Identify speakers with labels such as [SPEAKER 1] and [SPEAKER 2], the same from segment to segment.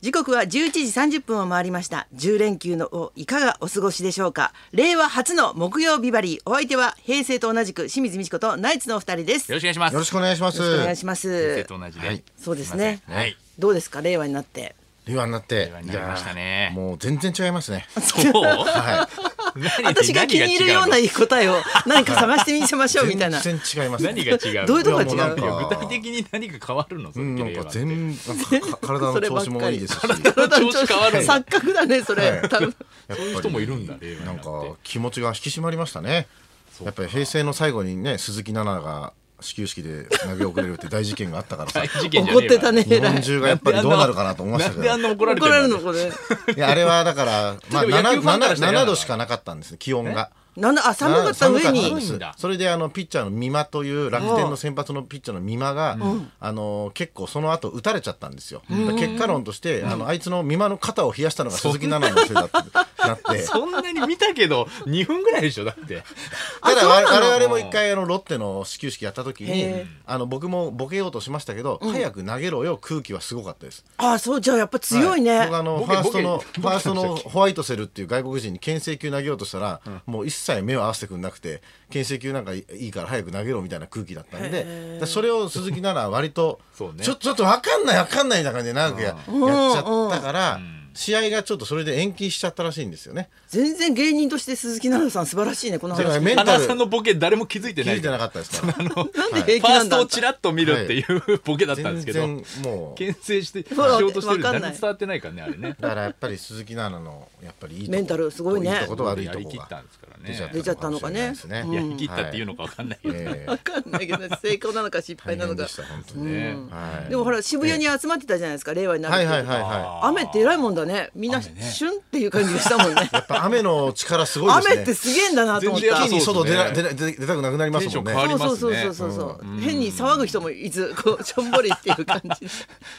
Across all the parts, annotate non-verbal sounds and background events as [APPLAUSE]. [SPEAKER 1] 時刻は11時30分を回りました10連休のをいかがお過ごしでしょうか令和初の木曜日バリーお相手は平成と同じく清水美智子とナイツのお二人です
[SPEAKER 2] よろしくお願いします。
[SPEAKER 3] よろしくお願いします。
[SPEAKER 1] お願いします
[SPEAKER 2] 先生と同じで。
[SPEAKER 3] はい
[SPEAKER 1] そうですね
[SPEAKER 2] すいませんはい。
[SPEAKER 1] どうですか令和になって
[SPEAKER 3] 令和になって、
[SPEAKER 2] 和になりましたね
[SPEAKER 3] いやーもう全然違いま
[SPEAKER 2] [LAUGHS]
[SPEAKER 3] すね。
[SPEAKER 2] そう。
[SPEAKER 3] は
[SPEAKER 2] 何
[SPEAKER 1] 私が気に入るような答えを何か探してみせましょう
[SPEAKER 3] い。
[SPEAKER 1] みたいな
[SPEAKER 3] 全然違います。
[SPEAKER 2] 何が違う。何が違う。
[SPEAKER 1] どういうとこが違う
[SPEAKER 2] やもなんか
[SPEAKER 3] いや
[SPEAKER 2] 具体的に何か変わるの？さ
[SPEAKER 3] う
[SPEAKER 2] っ
[SPEAKER 3] ん、
[SPEAKER 2] き
[SPEAKER 3] な
[SPEAKER 2] の
[SPEAKER 3] ん
[SPEAKER 2] 映画
[SPEAKER 3] か
[SPEAKER 2] って
[SPEAKER 3] 全なん
[SPEAKER 2] [LAUGHS]
[SPEAKER 3] かか体の調子もいいですし、
[SPEAKER 2] 体の調子変わるんだ。
[SPEAKER 1] 錯覚だねそれ、
[SPEAKER 3] はい
[SPEAKER 1] 多分
[SPEAKER 3] やっぱり
[SPEAKER 2] そういう人もいるんだ令和にな
[SPEAKER 3] な
[SPEAKER 2] っ
[SPEAKER 3] ん
[SPEAKER 2] て
[SPEAKER 3] か気持ちが引き締まりましたね。
[SPEAKER 2] うか
[SPEAKER 3] やっぱり平成の最後にね、鈴木奈々が始球式で投げ遅れるって大事件があったからさ
[SPEAKER 2] [LAUGHS] 大、事件じゃ
[SPEAKER 1] 怒
[SPEAKER 2] ね
[SPEAKER 1] っ
[SPEAKER 2] え
[SPEAKER 1] て
[SPEAKER 2] わ
[SPEAKER 1] たね
[SPEAKER 3] 日
[SPEAKER 1] 偉
[SPEAKER 3] 本
[SPEAKER 1] い
[SPEAKER 3] 中がやっぱりどうなるかなと思いましたけ
[SPEAKER 2] なんであ
[SPEAKER 3] ど
[SPEAKER 2] ん、な怒られて
[SPEAKER 1] 怒られるの
[SPEAKER 2] こ
[SPEAKER 1] これ
[SPEAKER 3] いやあれはだからまあ
[SPEAKER 2] でも野球ファンからしたら嫌だな
[SPEAKER 3] 7度しかなかったんですね、気温が。
[SPEAKER 1] なんだあ寒かった上
[SPEAKER 3] 寒かったんで
[SPEAKER 1] に
[SPEAKER 3] す
[SPEAKER 2] 寒いんだ
[SPEAKER 3] それであのピッチャーの美馬という楽天の先発のピッチャーの美馬が、あの結構その後打たれちゃったんですよ、だから結果論として、あのあいつの美馬の肩を冷やしたのが鈴木奈々のせいだってな
[SPEAKER 1] [LAUGHS]
[SPEAKER 3] って
[SPEAKER 2] そんなに見たけど2分ぐらいでしょだって。
[SPEAKER 3] ただ
[SPEAKER 1] そうなの
[SPEAKER 3] 我々も一回あのロッテの始球式やった時
[SPEAKER 1] へ
[SPEAKER 3] に
[SPEAKER 1] え
[SPEAKER 3] あの僕もボケようとしましたけど、早く投げろよ空気はすごかったです
[SPEAKER 1] あそうじゃあやっぱ強いね、
[SPEAKER 3] は僕あの
[SPEAKER 2] ボ
[SPEAKER 3] フ
[SPEAKER 2] ケ
[SPEAKER 3] ァーストの
[SPEAKER 2] ボケ
[SPEAKER 3] ファースト
[SPEAKER 2] ボケなん
[SPEAKER 3] の
[SPEAKER 2] でした
[SPEAKER 3] ホワイトセルっていう外国人に牽制球投げようとしたら、もう一切目を合わせてくれなくて牽制球なんかいいから早く投げろみたいな空気だったんでだからそれを鈴木なら割と
[SPEAKER 2] そうね
[SPEAKER 3] ちょちょっと分かんない分かんないみたいな感じで長くややっちゃったから、試合がちょっとそれで延期しちゃったらしいんですよね。
[SPEAKER 1] 全然芸人として鈴木奈々さん素晴らしいねこの
[SPEAKER 3] だから
[SPEAKER 1] 話
[SPEAKER 3] メン
[SPEAKER 2] 花
[SPEAKER 3] タル
[SPEAKER 2] さんのボケ誰も気づいて
[SPEAKER 3] 気
[SPEAKER 2] な
[SPEAKER 3] づい
[SPEAKER 2] い
[SPEAKER 3] て
[SPEAKER 2] から。
[SPEAKER 3] なかったですから
[SPEAKER 1] なんで
[SPEAKER 2] フ
[SPEAKER 1] 平気
[SPEAKER 2] ァー
[SPEAKER 1] なん
[SPEAKER 2] ス
[SPEAKER 1] だ
[SPEAKER 2] トをちらっと見るっていうボケだったんです
[SPEAKER 3] 全
[SPEAKER 2] けど。
[SPEAKER 3] 然もう
[SPEAKER 2] 牽制してし
[SPEAKER 1] ほら
[SPEAKER 2] ようとしてる
[SPEAKER 1] わか
[SPEAKER 2] 誰
[SPEAKER 1] ん
[SPEAKER 2] も
[SPEAKER 1] ない
[SPEAKER 2] 伝わってないからねあれね。
[SPEAKER 3] だからやっぱり鈴木奈々のやっぱりいいとこ
[SPEAKER 1] メンタルすごいね
[SPEAKER 3] いいとこと悪いと
[SPEAKER 2] やり
[SPEAKER 3] こ
[SPEAKER 2] きっ
[SPEAKER 3] が
[SPEAKER 2] たんですからね
[SPEAKER 1] 出ちゃったのかね
[SPEAKER 3] 出ちゃったのかもし
[SPEAKER 2] [LAUGHS]
[SPEAKER 3] れないですね
[SPEAKER 2] やりきったっていうのかわかんないけど。
[SPEAKER 3] え
[SPEAKER 1] わかんないけど成功なのか失
[SPEAKER 3] え
[SPEAKER 1] 敗なのか
[SPEAKER 3] 大変でした本当に
[SPEAKER 2] ね
[SPEAKER 3] はい
[SPEAKER 1] でもほら渋谷に集まってたじゃないですか令和になる
[SPEAKER 3] は
[SPEAKER 1] と
[SPEAKER 3] いはいはいはい
[SPEAKER 2] あー
[SPEAKER 1] 雨って偉いもんだねみんな
[SPEAKER 2] 雨ね
[SPEAKER 1] シュンっていう感じがしたも
[SPEAKER 3] [LAUGHS]
[SPEAKER 1] んね
[SPEAKER 3] やっぱ雨の力すごいですね
[SPEAKER 1] 雨ってすげえんだなと思っ
[SPEAKER 2] 全
[SPEAKER 1] た
[SPEAKER 2] 然
[SPEAKER 3] 一気に外出な
[SPEAKER 2] そう
[SPEAKER 3] 出な出出たくなくなります
[SPEAKER 2] テ
[SPEAKER 3] もん
[SPEAKER 2] ンション変わ
[SPEAKER 3] ね
[SPEAKER 2] りますね
[SPEAKER 1] そうそうそうそうそう変に騒ぐ人もいずこうしょんぼりっていう感
[SPEAKER 3] [LAUGHS]
[SPEAKER 1] じ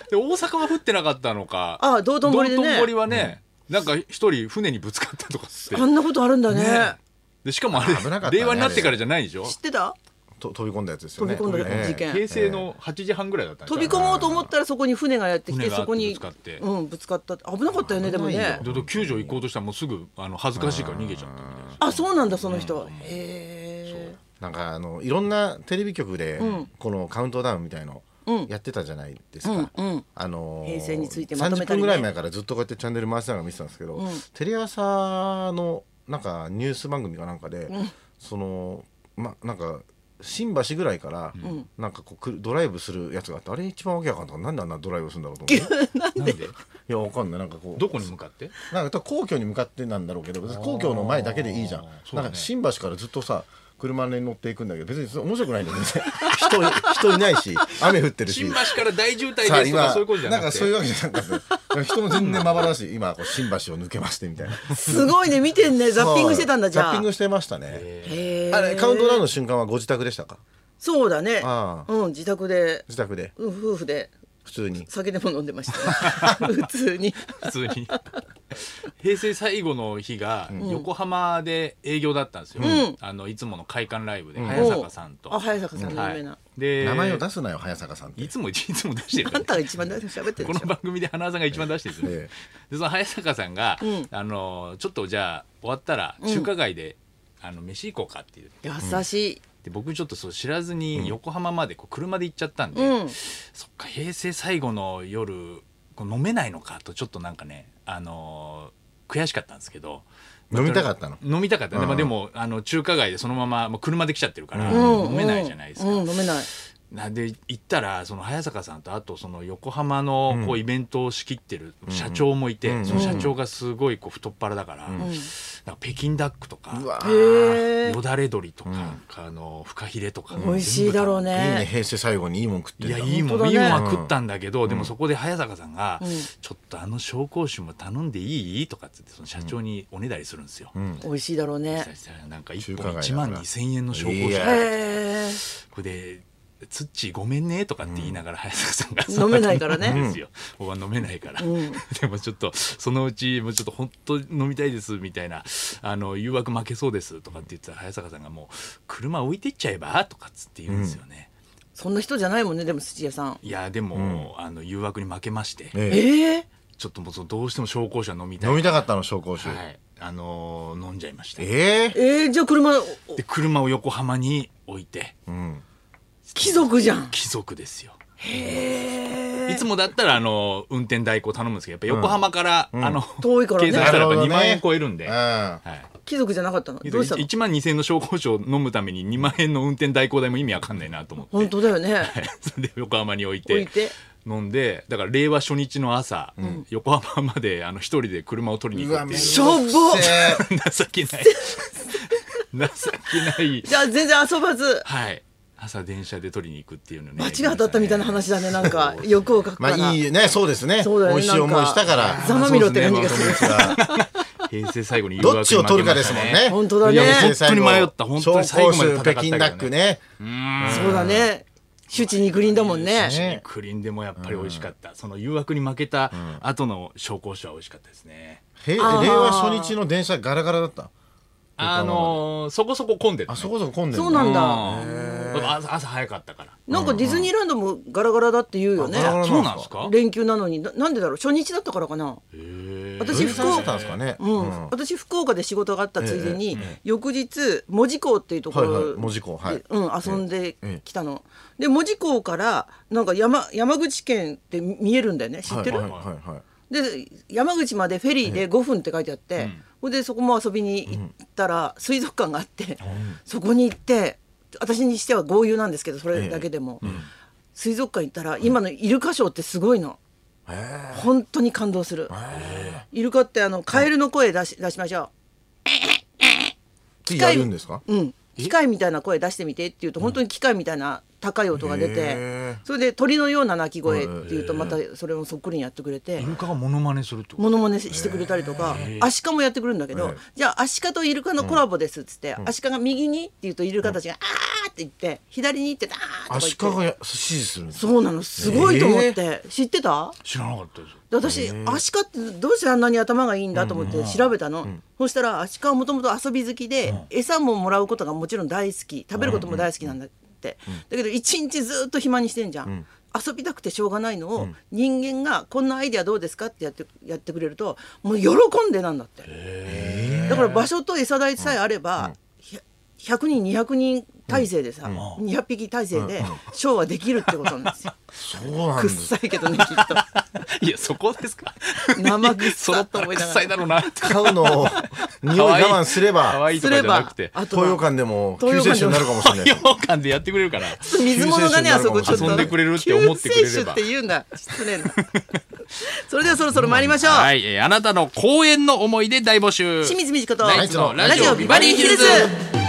[SPEAKER 2] で大阪は降ってなかったのか
[SPEAKER 1] ああ道頓堀でね
[SPEAKER 2] 道頓堀はね、なんか一人船にぶつかったとかって
[SPEAKER 1] あんなことあるんだね
[SPEAKER 2] でしかもあれ
[SPEAKER 3] 危なかったね
[SPEAKER 2] 令和になってからじゃないでしょ
[SPEAKER 1] 知ってた
[SPEAKER 3] と飛び込んだやつですよ
[SPEAKER 1] 飛び込ん
[SPEAKER 3] ね
[SPEAKER 1] だ
[SPEAKER 3] ええ
[SPEAKER 1] 事件、
[SPEAKER 2] 平成の8時半ぐらいだったん
[SPEAKER 1] 飛び込
[SPEAKER 2] む
[SPEAKER 1] もうと思ったらそこに船がやってき
[SPEAKER 2] 船
[SPEAKER 1] て
[SPEAKER 2] があって
[SPEAKER 1] そこに
[SPEAKER 2] ぶつかって
[SPEAKER 1] うんぶつかったって危なかったよねでも
[SPEAKER 3] 危ない
[SPEAKER 1] ね
[SPEAKER 3] よ
[SPEAKER 2] で救助行こうとしたらもうすぐあの恥ずかしいから逃げちゃったみたいな
[SPEAKER 1] あそうなんだその人へえ
[SPEAKER 3] なんかあのいろんなテレビ局でこのカウントダウンみたいの
[SPEAKER 1] うん
[SPEAKER 3] やってたじゃないですか、
[SPEAKER 1] うんうん
[SPEAKER 3] あのー
[SPEAKER 1] 平成についてまとめ
[SPEAKER 3] 30
[SPEAKER 1] たりね
[SPEAKER 3] 分ぐらい前からずっとこうやってチャンネル回しながら見てたんですけど、テレ朝のなんかニュース番組かなんかで、そのまなんか新橋ぐらいから、なんかこうくるドライブするやつがあってあれ一番わけわかんないなんであんなドライブするんだろうと思
[SPEAKER 1] [LAUGHS]
[SPEAKER 3] って
[SPEAKER 2] なんで
[SPEAKER 3] いやわかんないなんかこう
[SPEAKER 2] どこに向か
[SPEAKER 3] [LAUGHS]
[SPEAKER 2] って
[SPEAKER 3] なんか皇居に向かってなんだろうけど別に皇居の前だけでいいじゃん、
[SPEAKER 2] そうだね
[SPEAKER 3] なんか新橋からずっとさ車に乗っていくんだけど別にそれ面白くないんだよね [LAUGHS] 人人いないし雨降ってるし
[SPEAKER 2] 新橋から大渋滞
[SPEAKER 3] さあ
[SPEAKER 2] ですとか
[SPEAKER 3] 今
[SPEAKER 2] そういうことじゃ
[SPEAKER 3] な
[SPEAKER 2] なんく
[SPEAKER 3] か
[SPEAKER 2] て
[SPEAKER 3] そういうわけじゃなかった人も全然まばらだし今こう新橋を抜けましてみたいな
[SPEAKER 1] すごいね見てんね [LAUGHS] ザッピングしてたんだじ
[SPEAKER 3] ザッ
[SPEAKER 1] ゃ
[SPEAKER 3] ピ
[SPEAKER 1] あ
[SPEAKER 3] ングしてましたね
[SPEAKER 1] へー
[SPEAKER 3] あれカウントダウンの瞬間はご自宅でしたか
[SPEAKER 1] そうだね
[SPEAKER 3] ああ
[SPEAKER 1] うん自宅で
[SPEAKER 3] 自宅で
[SPEAKER 1] うん夫婦で
[SPEAKER 3] 普通に
[SPEAKER 1] 酒でも飲んでました、
[SPEAKER 2] [LAUGHS]
[SPEAKER 1] ね、普通に
[SPEAKER 2] 普通に [LAUGHS] 平成最後の日が横浜で営業だったんですよ、
[SPEAKER 1] ん
[SPEAKER 2] あのいつもの会館ライブで早坂さんと、
[SPEAKER 1] あ早坂さんの
[SPEAKER 2] は
[SPEAKER 1] 有名
[SPEAKER 2] い
[SPEAKER 1] な、
[SPEAKER 2] で
[SPEAKER 3] 名前を出すなよ早坂さんって
[SPEAKER 2] いつもいつも出してる
[SPEAKER 1] あんたが一番大事に喋ってる
[SPEAKER 2] こ
[SPEAKER 1] で
[SPEAKER 2] の
[SPEAKER 1] しょ
[SPEAKER 2] 番組で花輪さんが一番出してるんですよ、
[SPEAKER 3] え
[SPEAKER 2] でその早坂さんが、
[SPEAKER 1] ん
[SPEAKER 2] あのちょっとじゃあ終わったら中華街で、あの飯行こうかっていう
[SPEAKER 1] 優しい、
[SPEAKER 2] で僕ちょっとそう知らずに横浜までこう車で行っちゃったんで、
[SPEAKER 1] うん
[SPEAKER 2] そっか平成最後の夜こう飲めないのかとちょっとなんかね、あのー悔しかったんですけど
[SPEAKER 3] 飲みたかったの
[SPEAKER 2] 飲みたかったね、
[SPEAKER 3] うん
[SPEAKER 2] まあ、でもあの中華街でそのままもう車で来ちゃってるから、
[SPEAKER 1] うん、
[SPEAKER 2] 飲めないじゃないですか。
[SPEAKER 1] うん、飲めない
[SPEAKER 2] なんで行ったらその早坂さんとあとその横浜のこうイベントを仕切ってる社長もいて、
[SPEAKER 3] うん
[SPEAKER 2] その社長がすごいこう太っ腹だから、なんか北京ダックとか
[SPEAKER 3] うわ
[SPEAKER 1] へえ
[SPEAKER 2] よだれ鶏とか,、あのフカヒレとか、
[SPEAKER 1] 美味しいだろう
[SPEAKER 3] いいね
[SPEAKER 1] ね
[SPEAKER 3] 平成最後にいいもん食って
[SPEAKER 2] い
[SPEAKER 3] んだ
[SPEAKER 2] やいいもん、
[SPEAKER 1] 本
[SPEAKER 2] い
[SPEAKER 1] 当
[SPEAKER 2] い
[SPEAKER 1] だね
[SPEAKER 2] もんは食ったんだけど、でもそこで早坂さんが、
[SPEAKER 1] うん
[SPEAKER 2] ちょっとあの紹興酒も頼んでいい?」とかっつってその社長におねだりするんですよ。
[SPEAKER 3] うん
[SPEAKER 1] 美味しいだろうね
[SPEAKER 2] そしたらなんか1
[SPEAKER 3] 中華
[SPEAKER 2] 本
[SPEAKER 3] 街だ
[SPEAKER 2] 1
[SPEAKER 3] から
[SPEAKER 2] 万2,000円の紹興酒
[SPEAKER 3] いや
[SPEAKER 1] へえ
[SPEAKER 2] これで「ツッチーごめんね」とかって言いながら早坂さんが
[SPEAKER 1] 飲めないからね
[SPEAKER 2] そうなんですよ僕は飲めないから、
[SPEAKER 1] うん
[SPEAKER 2] [LAUGHS] でもちょっとそのうちもうちょっと本当に飲みたいですみたいなあの誘惑負けそうですとかって言ってたら早坂さんがもう車置いてっちゃえばとかっつって言うんですよね、
[SPEAKER 1] そんな人じゃないもんねでも土屋さん
[SPEAKER 2] いやでも、あの誘惑に負けまして
[SPEAKER 3] ええ
[SPEAKER 1] ええ
[SPEAKER 2] ちょっともうそのどうしても紹興酒は飲みたい
[SPEAKER 3] 飲みたかったの紹興酒、
[SPEAKER 2] はいあのー飲んじゃいましたで
[SPEAKER 3] ええ
[SPEAKER 1] えー、じゃあ車お
[SPEAKER 2] 車を横浜に置いて
[SPEAKER 3] うん
[SPEAKER 1] 貴族じゃん
[SPEAKER 2] 貴族ですよ
[SPEAKER 1] へ
[SPEAKER 2] い
[SPEAKER 1] え
[SPEAKER 2] つもだったらあの運転代行頼むんですけどやっぱ横浜から、あの
[SPEAKER 1] 遠いからね
[SPEAKER 2] 計算したらやっぱ2
[SPEAKER 3] なるほ
[SPEAKER 2] 万
[SPEAKER 3] どね
[SPEAKER 2] 円超えるんで
[SPEAKER 3] うん
[SPEAKER 2] はい
[SPEAKER 1] 貴族じゃなかったのどうしたの
[SPEAKER 2] 1万2000円の紹興酒を飲むために2万円の運転代行代も意味わかんないなと思って
[SPEAKER 1] 本当だよね
[SPEAKER 2] はい [LAUGHS] それで横浜に置い
[SPEAKER 1] 置
[SPEAKER 2] て
[SPEAKER 1] いて
[SPEAKER 2] 飲んでだから令和初日の朝、横浜まであの一人で車を取りに行くっていう
[SPEAKER 1] しょぼっ
[SPEAKER 3] え
[SPEAKER 2] [LAUGHS]
[SPEAKER 3] ー
[SPEAKER 2] 情けない [LAUGHS] 情けない
[SPEAKER 1] じゃあ全然遊ばず
[SPEAKER 2] はい朝電車で取りに行くっていうのね
[SPEAKER 1] 罰が当たったみたいな話だねなんか欲をかくか
[SPEAKER 3] ま
[SPEAKER 1] ら、
[SPEAKER 3] あいいねそうですね
[SPEAKER 1] そうだよね
[SPEAKER 3] 美味しい思いした
[SPEAKER 1] な
[SPEAKER 3] か
[SPEAKER 1] ん
[SPEAKER 3] ら
[SPEAKER 1] かざまみろって感じがする
[SPEAKER 3] そうですね
[SPEAKER 2] 平成最後に誘惑
[SPEAKER 3] どっちを取るかですもんね
[SPEAKER 1] 本当だね
[SPEAKER 2] いや
[SPEAKER 1] 平
[SPEAKER 2] 本当に迷った本当に最後まで戦ったけ
[SPEAKER 3] 北
[SPEAKER 2] ど、ね、
[SPEAKER 3] 京ダックね
[SPEAKER 1] そうだね周知肉林だもんね
[SPEAKER 2] 寿司にクリンでもやっぱり美味しかった、その誘惑に負けた後の紹興酒は美味しかったですね、
[SPEAKER 3] へ令
[SPEAKER 1] あー
[SPEAKER 3] 和初日の電車ガラガラだった
[SPEAKER 2] あのーそこそこ混んでた、
[SPEAKER 3] あ
[SPEAKER 2] ね、
[SPEAKER 3] そこそこ混んでる
[SPEAKER 1] そうなんだ
[SPEAKER 2] うん朝朝早かったから
[SPEAKER 1] なんかディズニーランドもガラガラだって言うよね
[SPEAKER 3] あガラガラ
[SPEAKER 2] そうなんですか
[SPEAKER 1] 連休なのにななんでだろう初日だったからかな
[SPEAKER 2] へー
[SPEAKER 1] 私
[SPEAKER 3] 分
[SPEAKER 1] 福
[SPEAKER 3] 散して
[SPEAKER 1] 岡
[SPEAKER 3] たんですかね
[SPEAKER 1] うん
[SPEAKER 3] うん
[SPEAKER 1] 私福岡で仕事があったついでに、翌日門司港っていうところ
[SPEAKER 3] はいはい
[SPEAKER 1] で
[SPEAKER 3] 門司港はい
[SPEAKER 1] うん、遊んできたの、で門司港からなんか山山口県って見えるんだよね知ってる、
[SPEAKER 3] はいはいはいはい
[SPEAKER 1] で山口までフェリーで5分って書いてあって、ほんでそこも遊びに行ったら水族館があって、そこに行って私にしては豪遊なんですけどそれだけでも、水族館行ったら今のイルカショーってすごいの、
[SPEAKER 3] え
[SPEAKER 1] 本当に感動する、イルカってあのカエルの声出し出しましょ
[SPEAKER 3] ー次やるんですか
[SPEAKER 1] う、うん、機械みたいな声出してみてって言うと本当に機械みたいな高い音が出て、
[SPEAKER 3] へ
[SPEAKER 1] それで鳥のような鳴き声っていうとまたそれもそっくりにやってくれて。
[SPEAKER 2] イルカがモノマネするってこと
[SPEAKER 1] モノマネしてくれたりとか、アシカもやってくるんだけど、
[SPEAKER 3] ええ
[SPEAKER 1] じゃあアシカとイルカのコラボですっつって、アシカが右にって言うとイルカたちが「あー」って言って左に行って「あー」
[SPEAKER 3] ア
[SPEAKER 1] と
[SPEAKER 3] シ
[SPEAKER 1] か言って
[SPEAKER 3] カがや指示するんですか
[SPEAKER 1] そうなのすごいと思って、知ってた
[SPEAKER 2] 知らなかったです
[SPEAKER 1] で私、アシカってどうしてあんなに頭がいいんだと思って調べたの、そしたらアシカはもともと遊び好きで、餌ももらうことがもちろん大好き食べることも大好きなんだって、だけど一日ずっと暇にしてんじゃん、遊びたくてしょうがないのを、人間が「こんなアイデアどうですか?」ってやってやってくれるともう喜んでなんだって、だから場所と餌代さえあれば、ひゃ100人200人体制でさ、200匹体制でショーはできるってことなんですよ。
[SPEAKER 3] そうな
[SPEAKER 1] [LAUGHS]
[SPEAKER 3] ん
[SPEAKER 1] くっ
[SPEAKER 3] です
[SPEAKER 1] さいけどねきっと。
[SPEAKER 2] [LAUGHS] いやそこですか
[SPEAKER 1] 生臭い
[SPEAKER 2] そったら臭いだろうなって
[SPEAKER 3] 買うの
[SPEAKER 2] [LAUGHS]
[SPEAKER 3] を匂い我慢すれ
[SPEAKER 2] 可
[SPEAKER 3] ば
[SPEAKER 2] 愛いとかじゃなくて
[SPEAKER 1] あと
[SPEAKER 3] 東洋
[SPEAKER 1] は
[SPEAKER 3] 館でも
[SPEAKER 1] 東
[SPEAKER 3] 救
[SPEAKER 1] 洋
[SPEAKER 3] 世
[SPEAKER 1] 館でも
[SPEAKER 3] 主になるか
[SPEAKER 2] [LAUGHS]
[SPEAKER 3] もしれない
[SPEAKER 2] 東洋館でやってくれるから
[SPEAKER 1] 水物がねあそこちょっと
[SPEAKER 2] 遊んでくれるって思ってくれれば
[SPEAKER 1] 救世主って言うんだ失礼なそれではそろそろ参りましょう、
[SPEAKER 2] はい、えーあなたの公園の思い出大募集
[SPEAKER 1] 清水美智子と
[SPEAKER 2] ナ
[SPEAKER 1] ラ
[SPEAKER 2] イ
[SPEAKER 1] ジ
[SPEAKER 2] ツのラジ
[SPEAKER 1] オ
[SPEAKER 2] オ
[SPEAKER 1] ビ
[SPEAKER 2] ビ
[SPEAKER 1] バ
[SPEAKER 2] バ
[SPEAKER 1] リ
[SPEAKER 2] リ
[SPEAKER 1] ーヒ
[SPEAKER 2] ーヒ
[SPEAKER 1] ル
[SPEAKER 2] ル
[SPEAKER 1] ズ
[SPEAKER 2] ズ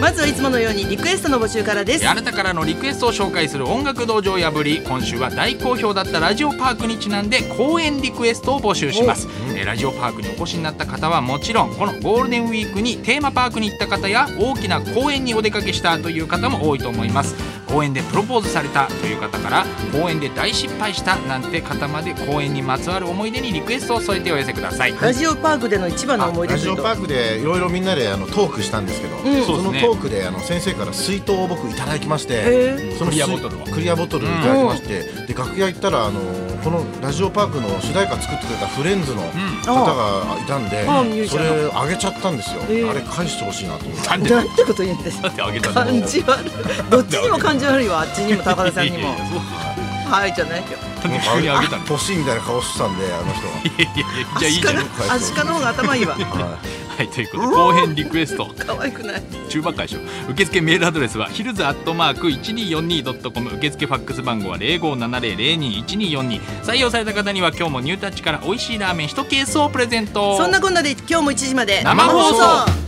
[SPEAKER 1] まずはいつものようにリクエストの募集からです
[SPEAKER 2] えーあなたからのリクエストを紹介する音楽道場を破り今週は大好評だったラジオパークにちなんで公演リクエストを募集します、えーラジオパークにお越しになった方はもちろんこのゴールデンウィークにテーマパークに行った方や大きな公園にお出かけしたという方も多いと思います公園でプロポーズされたという方から公園で大失敗したなんて方まで公園にまつわる思い出にリクエストを添えてお寄せください
[SPEAKER 1] ラジオパークでの一番の思い出
[SPEAKER 3] ラ
[SPEAKER 1] とい
[SPEAKER 3] ジ
[SPEAKER 1] う
[SPEAKER 3] オ
[SPEAKER 1] と
[SPEAKER 3] パークでいろいろみんなであのトークしたんですけど、
[SPEAKER 1] ん
[SPEAKER 2] そ
[SPEAKER 3] そ
[SPEAKER 2] う
[SPEAKER 3] の
[SPEAKER 2] ですね
[SPEAKER 3] トークであの先生から水筒を僕いただきまし
[SPEAKER 1] へ
[SPEAKER 3] てその
[SPEAKER 2] クリア
[SPEAKER 3] 水
[SPEAKER 2] ボトルを
[SPEAKER 3] クリアボトルいただきまして、で楽屋行ったらあのこのラジオパークの主題歌作ってくれたフレンズの方がいたんで、
[SPEAKER 1] ああミュージシ
[SPEAKER 3] そ
[SPEAKER 1] ャ
[SPEAKER 3] れ
[SPEAKER 1] ン
[SPEAKER 3] あげちゃったんですよ、
[SPEAKER 1] ええ
[SPEAKER 3] あれ返してほしいなと思って
[SPEAKER 2] なんで
[SPEAKER 1] なんてこと言うんです
[SPEAKER 2] だってあげたの
[SPEAKER 1] 感じ悪いどっちにも感じ悪いわあっちにも高田さんに
[SPEAKER 2] い
[SPEAKER 1] も
[SPEAKER 2] やいやそう
[SPEAKER 1] はいじゃないよ
[SPEAKER 2] だって急にあげたの
[SPEAKER 3] 欲しいみたいな顔してたんであの人は。
[SPEAKER 2] いやいやいやじゃあい
[SPEAKER 1] 足
[SPEAKER 2] いじ
[SPEAKER 1] か
[SPEAKER 2] ゃん
[SPEAKER 1] ら足かの方が頭い
[SPEAKER 2] [LAUGHS]
[SPEAKER 1] いわ
[SPEAKER 2] はいということで後編リクエスト
[SPEAKER 1] 可愛くない
[SPEAKER 2] 中ばっかでしょ受付メールアドレスはヒルズアットマーク 1242.com 受付ファックス番号は0570021242採用された方には今日もニュータッチから美味しいラーメン1ケースをプレゼント
[SPEAKER 1] そんなこんなで今日も1時まで
[SPEAKER 2] 生放送